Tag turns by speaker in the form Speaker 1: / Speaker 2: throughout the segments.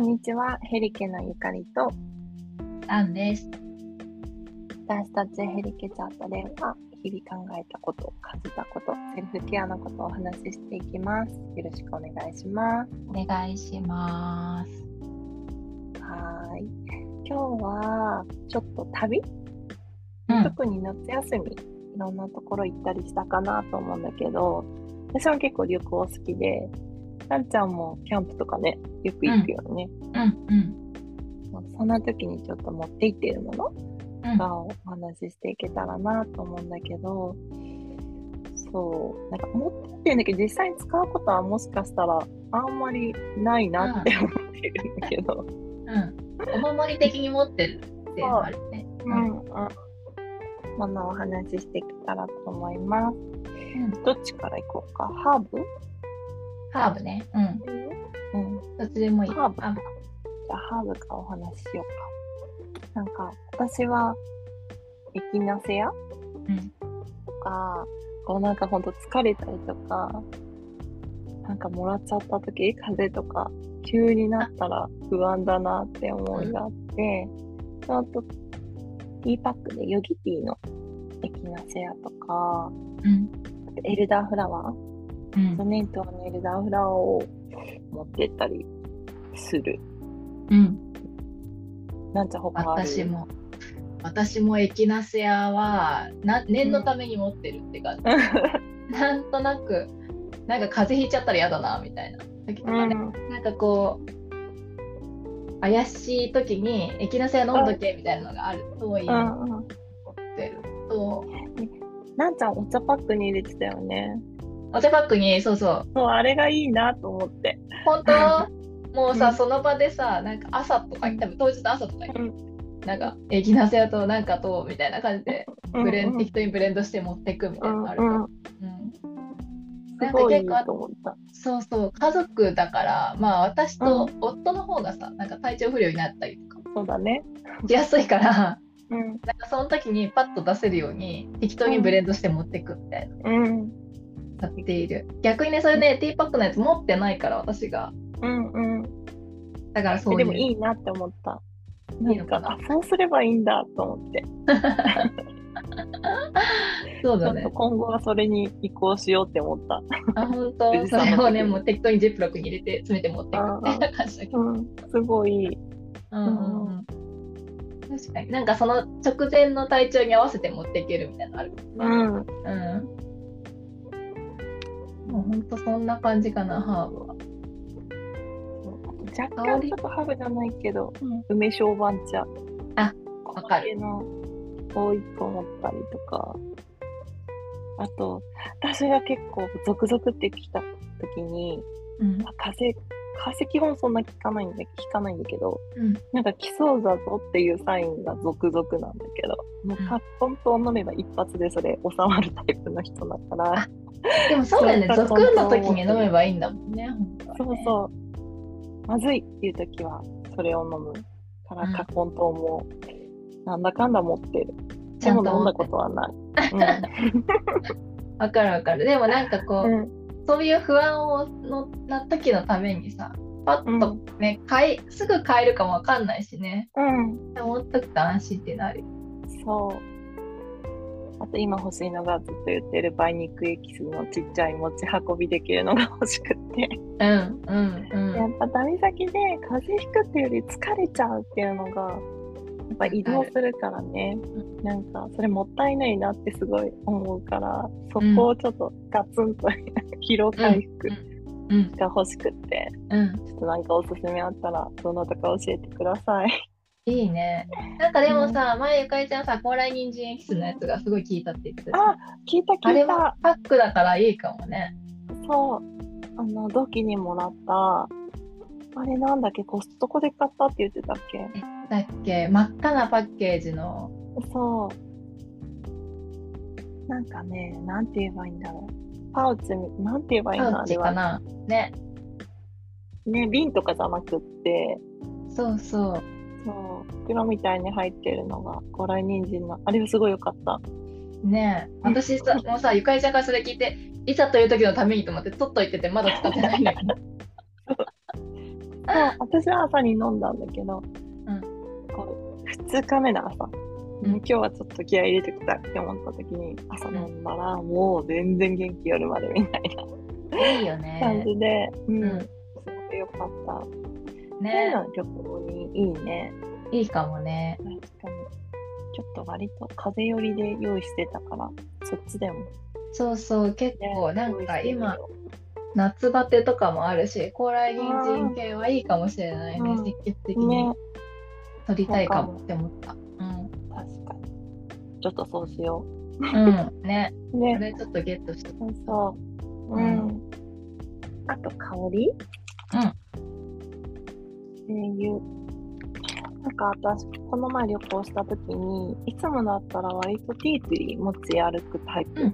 Speaker 1: にちは、ヘリケのゆかりと、
Speaker 2: タンです。
Speaker 1: 私たちヘリケチャートでは、日々考えたこと、感じたこと、セルフケアのことをお話ししていきます。よろしくお願いします。
Speaker 2: お願いします。
Speaker 1: はーい。今日は、ちょっと旅、
Speaker 2: うん、
Speaker 1: 特に夏休み、いろんなところ行ったりしたかなと思うんだけど、私は結構旅行好きで、さんちゃんもキャンプとかね、よく行くよね。
Speaker 2: うん、
Speaker 1: そんな時にちょっと持って行っているもの
Speaker 2: うん、うん、
Speaker 1: かをお話ししていけたらなと思うんだけどそうなんか持ってってんだけど実際に使うことはもしかしたらあんまりないなって思ってるんだけど、
Speaker 2: うん。お守り的に持ってるっていうのはあるね。
Speaker 1: うんうん、ものをお話ししていけたらと思います
Speaker 2: うん、
Speaker 1: どっちから行こうかハーブ、
Speaker 2: ハーブね。うん、
Speaker 1: うん、じ
Speaker 2: どっちでもいい。
Speaker 1: ハーブ
Speaker 2: あ
Speaker 1: ゃあハーブからお話ししようかなんか私はエキナセア
Speaker 2: うん、
Speaker 1: か、こうなんかほんと疲れたりとか、なんかもらっちゃった時、風邪とか、急になったら不安だなって思いがあって、ちょっとティーパックでヨギティーのエキナセアとか、
Speaker 2: うん、
Speaker 1: エルダーフラワー、
Speaker 2: うん
Speaker 1: ソ、ネントのエルダーフラワーを持ってったりする。
Speaker 2: うん。
Speaker 1: なんちゃ他ある
Speaker 2: 私。も。私もエキナセアはな念のために持ってるって感じ、なんとなくなんか風邪ひいちゃったら嫌だなみたいな時と
Speaker 1: う
Speaker 2: かね、
Speaker 1: ん、
Speaker 2: なんかこう怪しい時にエキナセア飲んどけみたいなのがあるといいな
Speaker 1: うんうん。
Speaker 2: 持ってると
Speaker 1: なんちゃんお茶パックに入れてたよね。
Speaker 2: お茶パックにそうそう
Speaker 1: そう、あれがいいなと思って。
Speaker 2: 本当 もうさ、
Speaker 1: うん
Speaker 2: その場でさなんか朝とか多分当日の朝とかに、
Speaker 1: う
Speaker 2: なんかエキナセアとなんかとみたいな感じでブレン、
Speaker 1: うんうん
Speaker 2: 適当にブレンドして持ってくみたいなのあるか
Speaker 1: う
Speaker 2: ら、
Speaker 1: ん
Speaker 2: う
Speaker 1: うん
Speaker 2: ん
Speaker 1: すごいいいと思った。
Speaker 2: そうそう家族だからまあ私と夫の方がさなんか体調不良になったりとか
Speaker 1: そうだね。
Speaker 2: しやす いから
Speaker 1: うん。
Speaker 2: なんかその時にパッと出せるように適当にブレンドして持ってくみたいな
Speaker 1: うん。
Speaker 2: やっている逆にねそれねティーパックのやつ持ってないから私が
Speaker 1: うんうん。
Speaker 2: だからそういう
Speaker 1: でもいいなって思った。ない
Speaker 2: いの
Speaker 1: んか、
Speaker 2: かな
Speaker 1: あ、そうすればいいんだと思って。
Speaker 2: そ
Speaker 1: ちょ
Speaker 2: うだ
Speaker 1: っ
Speaker 2: ね
Speaker 1: と今後はそれに移行しようって思った。
Speaker 2: あ本当
Speaker 1: 富士
Speaker 2: そ
Speaker 1: 山の時
Speaker 2: れをね
Speaker 1: に
Speaker 2: もう適当にジップロックに入れて詰めて持っていく
Speaker 1: あー
Speaker 2: みたいな感じだけど、
Speaker 1: うん。すごいいい。
Speaker 2: うんうんうん確かになんかその直前の体調に合わせて持っていけるみたいなのある
Speaker 1: うん。うん
Speaker 2: うんもうほんとそんな感じかなハーブは
Speaker 1: 若干ちょっとハーブじゃないけど、
Speaker 2: うん
Speaker 1: 梅小番茶。
Speaker 2: あ、
Speaker 1: わ
Speaker 2: わかる
Speaker 1: のを一個持ったりとか。あと、私が結構続々って来た時に、
Speaker 2: うん
Speaker 1: まあ風風基本そんな効かないんだ効かないんだけど、
Speaker 2: うん
Speaker 1: なんか来そうだぞっていうサインが続々なんだけどもう
Speaker 2: うん
Speaker 1: カットンと飲めば一発でそれ収まるタイプの人だから
Speaker 2: あでもそうだよね
Speaker 1: そう
Speaker 2: ゾ
Speaker 1: そう
Speaker 2: クンの時に飲めばいいんだもんねほんとはね
Speaker 1: そうそうまずいっていう時はそれを飲むから
Speaker 2: うん
Speaker 1: カッコン糖もなんだかんだ持ってる
Speaker 2: ち
Speaker 1: で
Speaker 2: ゃん
Speaker 1: も
Speaker 2: と
Speaker 1: 飲んだことはない、
Speaker 2: わかるわかるでもなんかこ
Speaker 1: う
Speaker 2: う、
Speaker 1: ん うん
Speaker 2: そういう不安をのな時のためにさパッとね、変えすぐ変えるかもわかんないしね
Speaker 1: うん、
Speaker 2: 持っとくと安心ってなる
Speaker 1: そうあと今欲しいのがずっと言ってる梅肉エキスのちっちゃい持ち運びできるのが欲しくって
Speaker 2: うんうんうん
Speaker 1: やっぱ旅先で風邪ひくっていうより疲れちゃうっていうのがやっぱ移動するからね
Speaker 2: う
Speaker 1: なんかそれもったいないなってすごい思うからそこをちょっとガツンと疲労回復が
Speaker 2: うん
Speaker 1: 欲しくって
Speaker 2: うん
Speaker 1: ちょっとなんかおすすめあったらどなたか教えてください。
Speaker 2: いいねなんかでもさ、前ゆかりちゃんさ高麗人参エキスのやつがすごい効いたって言ってたじゃん
Speaker 1: あ聞いた
Speaker 2: あ
Speaker 1: 聞
Speaker 2: れ
Speaker 1: いた
Speaker 2: はパックだからいいかもね
Speaker 1: そうあの同期にもらったあれなんだっけコストコで買ったって言ってたっけ
Speaker 2: だっけ真っ赤なパッケージの
Speaker 1: そう。なんかね、なんて言えばいいんだろう。パウチみ、なんて言えばいい
Speaker 2: パ
Speaker 1: のあ
Speaker 2: ウチ
Speaker 1: れ
Speaker 2: か
Speaker 1: は。
Speaker 2: なね
Speaker 1: ね、瓶とかじゃなくって、
Speaker 2: そうそう
Speaker 1: そう、袋みたいに入ってるのが、高麗人参の、あれはすごい良かった。
Speaker 2: ねえ私さもうさゆかりちゃんからそれ聞い ていざという時のためにと思って取っといててまだ使ってないんだけど
Speaker 1: そう私は朝に飲んだんだけど、
Speaker 2: うん
Speaker 1: こう2日目ならさ、
Speaker 2: うん
Speaker 1: 今日はちょっと気合い入れてきたって思った時に朝飲んだらもう全然元気夜までみたい
Speaker 2: いいよ
Speaker 1: な感
Speaker 2: ね。
Speaker 1: じで、うん、
Speaker 2: うん
Speaker 1: すごく良かった。そういう
Speaker 2: ね
Speaker 1: の旅行にいいね。
Speaker 2: いいかもね。
Speaker 1: 確かに。ちょっと割と風邪寄りで用意してたから、そっちでも、ね。
Speaker 2: そうそう結構なんか今
Speaker 1: 用意して
Speaker 2: 夏バテとかもあるし高麗人参系はいいかもしれないね
Speaker 1: うん
Speaker 2: 積極的
Speaker 1: るよ
Speaker 2: に
Speaker 1: ね、
Speaker 2: 取りたいかもって思った。うん
Speaker 1: 確かに。ちょっとそうしよ
Speaker 2: う んね
Speaker 1: う。
Speaker 2: こ
Speaker 1: ね。
Speaker 2: れちょっとゲットして
Speaker 1: そうそう。うん。
Speaker 2: う
Speaker 1: あと香りうん。精油。なんか私、この前旅行した時に、いつもだったら割とティーツリー持ち歩くタイ
Speaker 2: うんう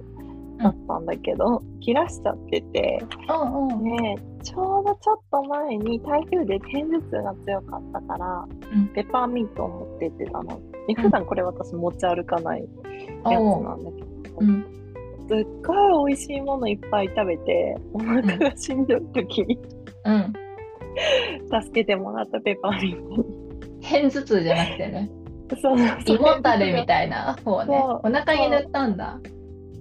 Speaker 1: プだったんだけど、切らしちゃってて、
Speaker 2: うんうん
Speaker 1: ねえちょうどちょっと前に台風で偏頭痛が強かったから、
Speaker 2: うん
Speaker 1: ペッパーミントを持ってってたの。で
Speaker 2: うん
Speaker 1: 普段これ私持ち歩かないやつ
Speaker 2: おう
Speaker 1: なんだけど、
Speaker 2: うん
Speaker 1: すっごい美味しいものいっぱい食べてお腹が死んじゃう時に
Speaker 2: うん
Speaker 1: 助けてもらったペッパーミントに。
Speaker 2: 偏頭痛じゃなくてね
Speaker 1: そう
Speaker 2: 胃もたれ
Speaker 1: み
Speaker 2: みたいな方ね
Speaker 1: そう
Speaker 2: お腹に塗ったんだ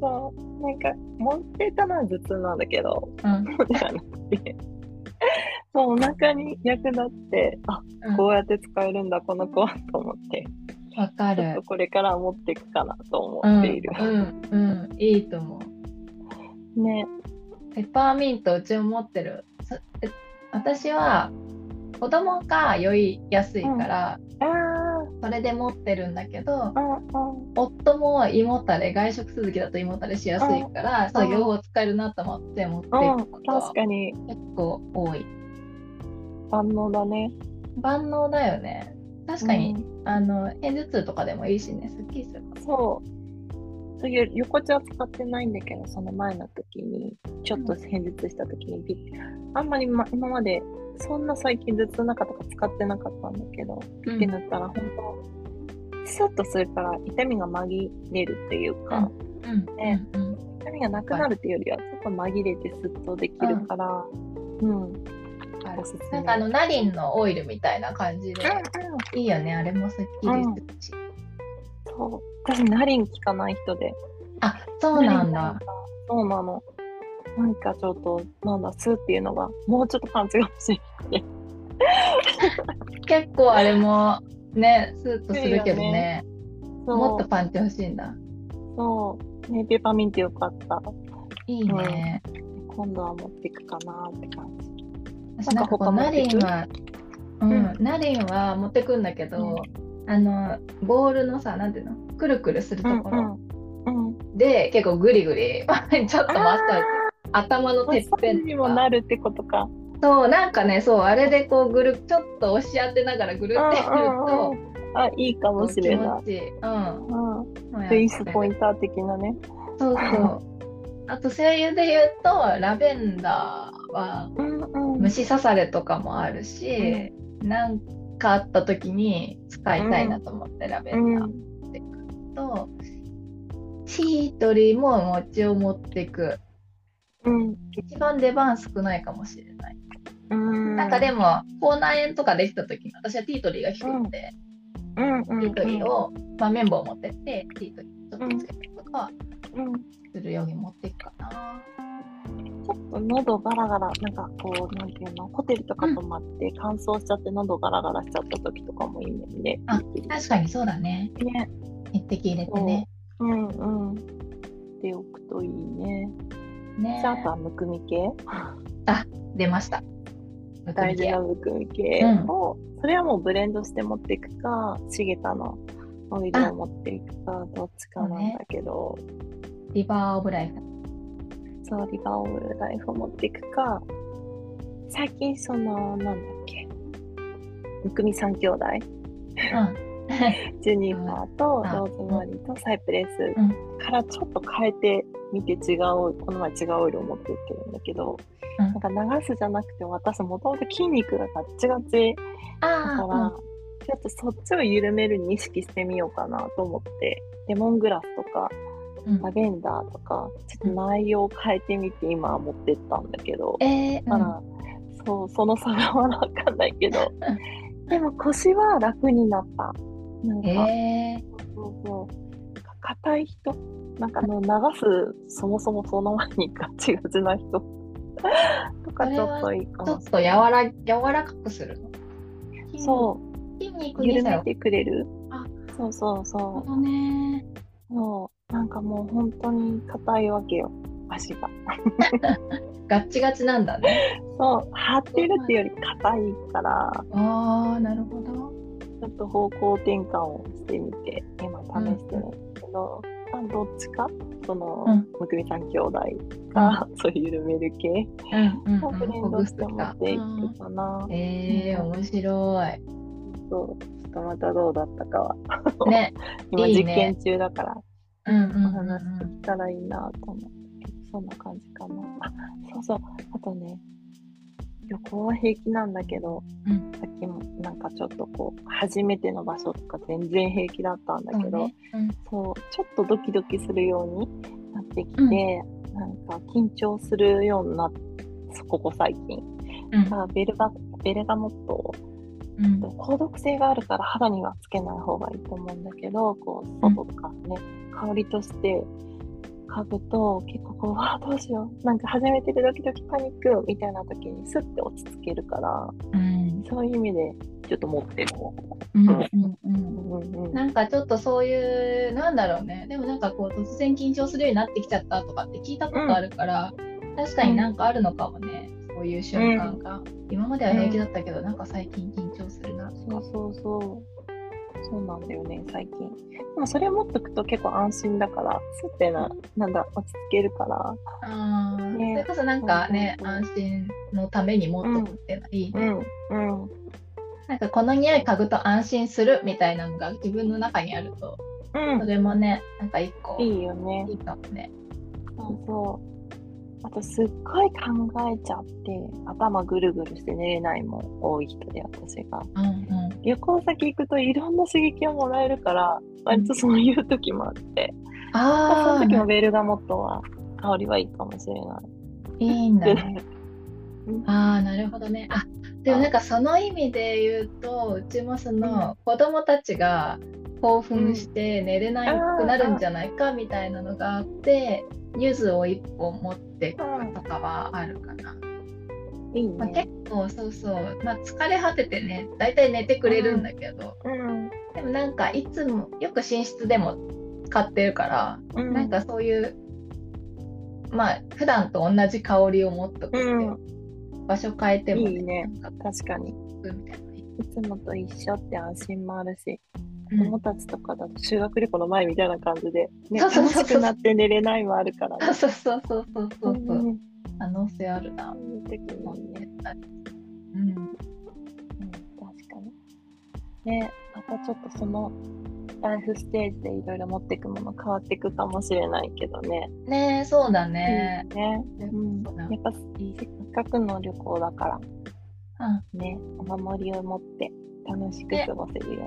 Speaker 1: そうなんか持ってたのは頭痛なんだけど
Speaker 2: うん
Speaker 1: そうじゃなくて。そうお腹に役立ってあ
Speaker 2: うん
Speaker 1: こうやって使えるんだこの子はと思って
Speaker 2: わか
Speaker 1: ちょっと
Speaker 2: る
Speaker 1: これから持っていくかなと
Speaker 2: う
Speaker 1: 思っ
Speaker 2: んう
Speaker 1: ている。
Speaker 2: んうんいいと思う
Speaker 1: ね。
Speaker 2: ペッパーミントうちも持ってるそえ私は子供が酔いやすいから、
Speaker 1: あー
Speaker 2: それで持ってるんだけど
Speaker 1: あ、あ
Speaker 2: 夫も胃もたれ外食続きだと胃もたれしやすいから、そう
Speaker 1: うん
Speaker 2: 両方使えるなと思って持ってい
Speaker 1: あ、うん
Speaker 2: くこ、とは
Speaker 1: 確かに
Speaker 2: 結構多い
Speaker 1: 万能だね。
Speaker 2: 万能だよね確かに、
Speaker 1: うん
Speaker 2: あの偏頭痛とかでもいいしねすっきりするか
Speaker 1: そう。という横地は使ってないんだけど、その前の時に、ちょっと偏頭痛した時にビッ、あんまり、ま、今まで、そんな最近頭痛なかったから使ってなかったんだけど、
Speaker 2: ら、
Speaker 1: ってなったら本当、スッとするから痛みが紛れるっていうか、
Speaker 2: うん
Speaker 1: ね
Speaker 2: うんうん
Speaker 1: 痛みがなくなるっていうよりは、ちょっと紛れてスッとできるから、うん。
Speaker 2: ある
Speaker 1: おすすめ
Speaker 2: なんかあのナリンのオイルみたいな感じでいいよねあれもすっきりするし、
Speaker 1: そう。私、ナリン効かない人で。
Speaker 2: あそうなんだ。
Speaker 1: そうなの。なんかちょっと、なんだ、スーっていうのが、もうちょっとパンチが欲しい。
Speaker 2: 結構あれもねスーッとするけどね
Speaker 1: そう
Speaker 2: もっとパンチ欲しいんだ
Speaker 1: そう。ね、ペーパーミントよかった。
Speaker 2: いいね、
Speaker 1: 今度は持っていくかなって感じ。
Speaker 2: 私なんかこう
Speaker 1: な
Speaker 2: ナ
Speaker 1: んか他持
Speaker 2: リ
Speaker 1: って
Speaker 2: ン
Speaker 1: く
Speaker 2: は、うんナリンは持ってくんだけど、あのボールのさなんていうのくるくるするところ
Speaker 1: うん。うん。
Speaker 2: で、結構グリグリ ちょっとマッサージ頭のてっぺん
Speaker 1: に
Speaker 2: と
Speaker 1: も
Speaker 2: か
Speaker 1: なるってことか。
Speaker 2: そうなんかねそうあれでこうぐるちょっと押し当てながらぐる
Speaker 1: うん
Speaker 2: ってやる
Speaker 1: うんう
Speaker 2: と
Speaker 1: ん。あ、いいかもし
Speaker 2: 気
Speaker 1: れな
Speaker 2: 持
Speaker 1: い。
Speaker 2: ちいい、うん、
Speaker 1: うん。フェイスポイ
Speaker 2: ン
Speaker 1: ンター的なね。
Speaker 2: トそうそうあと精油で言うとラベンダーは
Speaker 1: うんうん
Speaker 2: 虫刺されとかもあるし、なんかあった時に使いたいなと思って、ラベ
Speaker 1: う
Speaker 2: ンダー
Speaker 1: ん。
Speaker 2: と、チートリーもお餅を持ってく
Speaker 1: うん。
Speaker 2: 一番出番少ないかもしれない、
Speaker 1: うん。
Speaker 2: なんかでも口内炎とかできた時に私はティートリーが低くて、
Speaker 1: うんうん。
Speaker 2: ティートリーを、まあ、綿棒を持ってってティートリーちょっとつけたりとか
Speaker 1: うん。
Speaker 2: するように持っていくかな、
Speaker 1: ちょっと喉ガラガラ、なんかこう、なんていうの、ホテルとか泊まって乾燥しちゃって喉ガラガラしちゃった時とかもいいのにね。
Speaker 2: あ確かにそうだね
Speaker 1: ね。
Speaker 2: 一滴入れてね
Speaker 1: うんうん。っておくといいね。
Speaker 2: ね
Speaker 1: じゃあ、あとはむくみ系
Speaker 2: 出ました
Speaker 1: 大事なむくみ系
Speaker 2: うん
Speaker 1: を、それはもうブレンドして持っていくか、シゲタのオイルを持っていくか、どっちかなんだけど、
Speaker 2: リバーオブライフ
Speaker 1: そう、リバーオブライフを持っていくか、最近その、なんだっけ、むくみ三兄弟
Speaker 2: うん
Speaker 1: ジュニファーとロ
Speaker 2: あ
Speaker 1: ーズマリーとサイプレ
Speaker 2: う
Speaker 1: スからちょっと変えてみて違うこの前違うオイルを持ってってるんだけど、
Speaker 2: うん
Speaker 1: なんか流すじゃなくて私もともと筋肉がガッチガチだから、
Speaker 2: あ
Speaker 1: ちょっとそっちを緩めるに意識してみようかなと思ってレモングラスとか
Speaker 2: あ、うん
Speaker 1: ラベンダーとかちょっと内容を変えてみて今は持ってったんだけど、
Speaker 2: えー、
Speaker 1: だか
Speaker 2: うん
Speaker 1: らそそう、その差がまだわかんないけど。でも腰は楽になった。なんか、
Speaker 2: え
Speaker 1: そうそう。か硬い人、なんかあの流す、そもそもその前にガチガチな 人とかちょっといいか
Speaker 2: ー、ちょ
Speaker 1: も
Speaker 2: っ。と柔ら柔らかくするの筋
Speaker 1: そ
Speaker 2: 筋肉
Speaker 1: う、
Speaker 2: に
Speaker 1: 緩
Speaker 2: さ
Speaker 1: めてくれる
Speaker 2: あ。
Speaker 1: そうそう
Speaker 2: なる
Speaker 1: そ
Speaker 2: ほどね
Speaker 1: う。そうなんかもう本当に硬いわけよ、足が。
Speaker 2: ガッチガチなんだね
Speaker 1: そう、張ってるっていうより硬いから、
Speaker 2: ああなるほど
Speaker 1: ちょっと方向転換をしてみて、今試してるんですけど、まあどっちか、その、
Speaker 2: うん
Speaker 1: むくみさん兄弟が、 そういう緩める系
Speaker 2: うんうん
Speaker 1: をブレン
Speaker 2: ほ
Speaker 1: ド
Speaker 2: ぐ
Speaker 1: し
Speaker 2: す
Speaker 1: て
Speaker 2: と
Speaker 1: 持っ
Speaker 2: か
Speaker 1: ていくかな。
Speaker 2: ええー、面白
Speaker 1: そう、ちょっとまたどうだったかは、
Speaker 2: いね
Speaker 1: 今
Speaker 2: いい
Speaker 1: 実
Speaker 2: ね
Speaker 1: 験中だから、
Speaker 2: うんうん
Speaker 1: お
Speaker 2: うん
Speaker 1: 話
Speaker 2: う
Speaker 1: で
Speaker 2: ん
Speaker 1: きたらいいなと思って、そんな感じかな。あ、そうそう、あとね、旅行は平気なんだけど、
Speaker 2: うん
Speaker 1: さっきもなんかちょっとこう、初めての場所とか全然平気だったんだけど、
Speaker 2: そうねうん
Speaker 1: そうちょっとドキドキするようになってきて、
Speaker 2: うん
Speaker 1: なんか緊張するようになってここ最近
Speaker 2: うん
Speaker 1: あベルガベルガモットを
Speaker 2: うん
Speaker 1: 高毒性があるから肌にはつけない方がいいと思うんだけどこう外とかね、香りとして嗅ぐと結構こう「わあどうしよう」なんか初めてでドキドキパニックみたいな時にスッて落ち着けるから
Speaker 2: うん
Speaker 1: そういう意味でちょっと持ってる。
Speaker 2: うんうんう
Speaker 1: うんんうん
Speaker 2: なんかちょっとそういうなんだろうねでもなんかこう突然緊張するようになってきちゃったとかって聞いたことあるから、確かになんかあるのかもね、そういう瞬間が、今までは平気だったけど、なんか最近緊張するなと
Speaker 1: そ
Speaker 2: か
Speaker 1: うそうそう。そうなんだよね、最近。でもそれ持っとくと結構安心だから、すってな、なんだ、落ち着けるから。
Speaker 2: あー
Speaker 1: ね
Speaker 2: それこそなんかね、
Speaker 1: うん
Speaker 2: 安心のために持っとくっていうのはいいね、
Speaker 1: ん、うん。
Speaker 2: なんかこの匂い嗅ぐと安心するみたいなのが自分の中にあると
Speaker 1: う
Speaker 2: それもねなんか一個い
Speaker 1: いいよね。
Speaker 2: いかもね
Speaker 1: そうそう。あと、すっごい考えちゃって、頭ぐるぐるして寝れないもん、多い人で、私が。
Speaker 2: うんうん
Speaker 1: 旅行先行くといろんな刺激をもらえるから、割とそういう時もあって。そ
Speaker 2: あ
Speaker 1: の
Speaker 2: あ
Speaker 1: 時もベルガモットは、香りはいいかもしれない
Speaker 2: いんだ
Speaker 1: い。
Speaker 2: ねああなるほどね。あでもなんかその意味で言うとうちもその子供たちが興奮して寝れなくなるんじゃないかみたいなのがあって柚子を一本持ってくとかはあるかな。
Speaker 1: いい
Speaker 2: まあ、
Speaker 1: ね
Speaker 2: 結。構そうそう、まあ、疲れ果ててね大体寝てくれるんだけど、
Speaker 1: うん。
Speaker 2: でもなんかいつもよく寝室でも買ってるから、
Speaker 1: うん
Speaker 2: なんかそういうまあ普段と同じ香りを持っとくって、
Speaker 1: うん
Speaker 2: 場所変えても
Speaker 1: いいね
Speaker 2: なんか
Speaker 1: 確かに
Speaker 2: みたいな。
Speaker 1: いつもと一緒って安心もあるし、
Speaker 2: うん
Speaker 1: 子供たちとかだと修学旅行の前みたいな感じで、ね、
Speaker 2: そうそう
Speaker 1: 楽
Speaker 2: そうそう
Speaker 1: しくなって寝れないもあるからね。
Speaker 2: そうそうそうそうそう
Speaker 1: うん
Speaker 2: そううん可能性あるな
Speaker 1: そういう時
Speaker 2: 思
Speaker 1: もいい
Speaker 2: って
Speaker 1: ね、
Speaker 2: たうん
Speaker 1: うん、確かに。ね、またちょっとそのライフステージでいろいろ持っていくもの変わっていくかもしれないけどね。
Speaker 2: ねえそうだね、
Speaker 1: ね、うん、
Speaker 2: そう
Speaker 1: やっ
Speaker 2: だ
Speaker 1: ぱせっかくの旅行だからね、お守りを持って楽しく過ごせるよ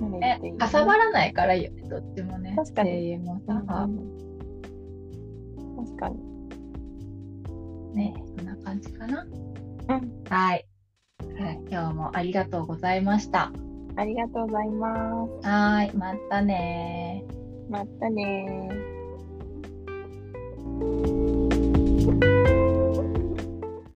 Speaker 1: うに
Speaker 2: うん
Speaker 1: なれるとい
Speaker 2: ね
Speaker 1: いね
Speaker 2: かさばらないからいいよねどっちもね
Speaker 1: 確かに
Speaker 2: 声優も
Speaker 1: う
Speaker 2: さ、
Speaker 1: ん確かに。
Speaker 2: ねそんな感じかな、
Speaker 1: ん
Speaker 2: はい、はい、今日もありがとうございました
Speaker 1: ありがとうございます。
Speaker 2: はーいまたねー
Speaker 1: またねー。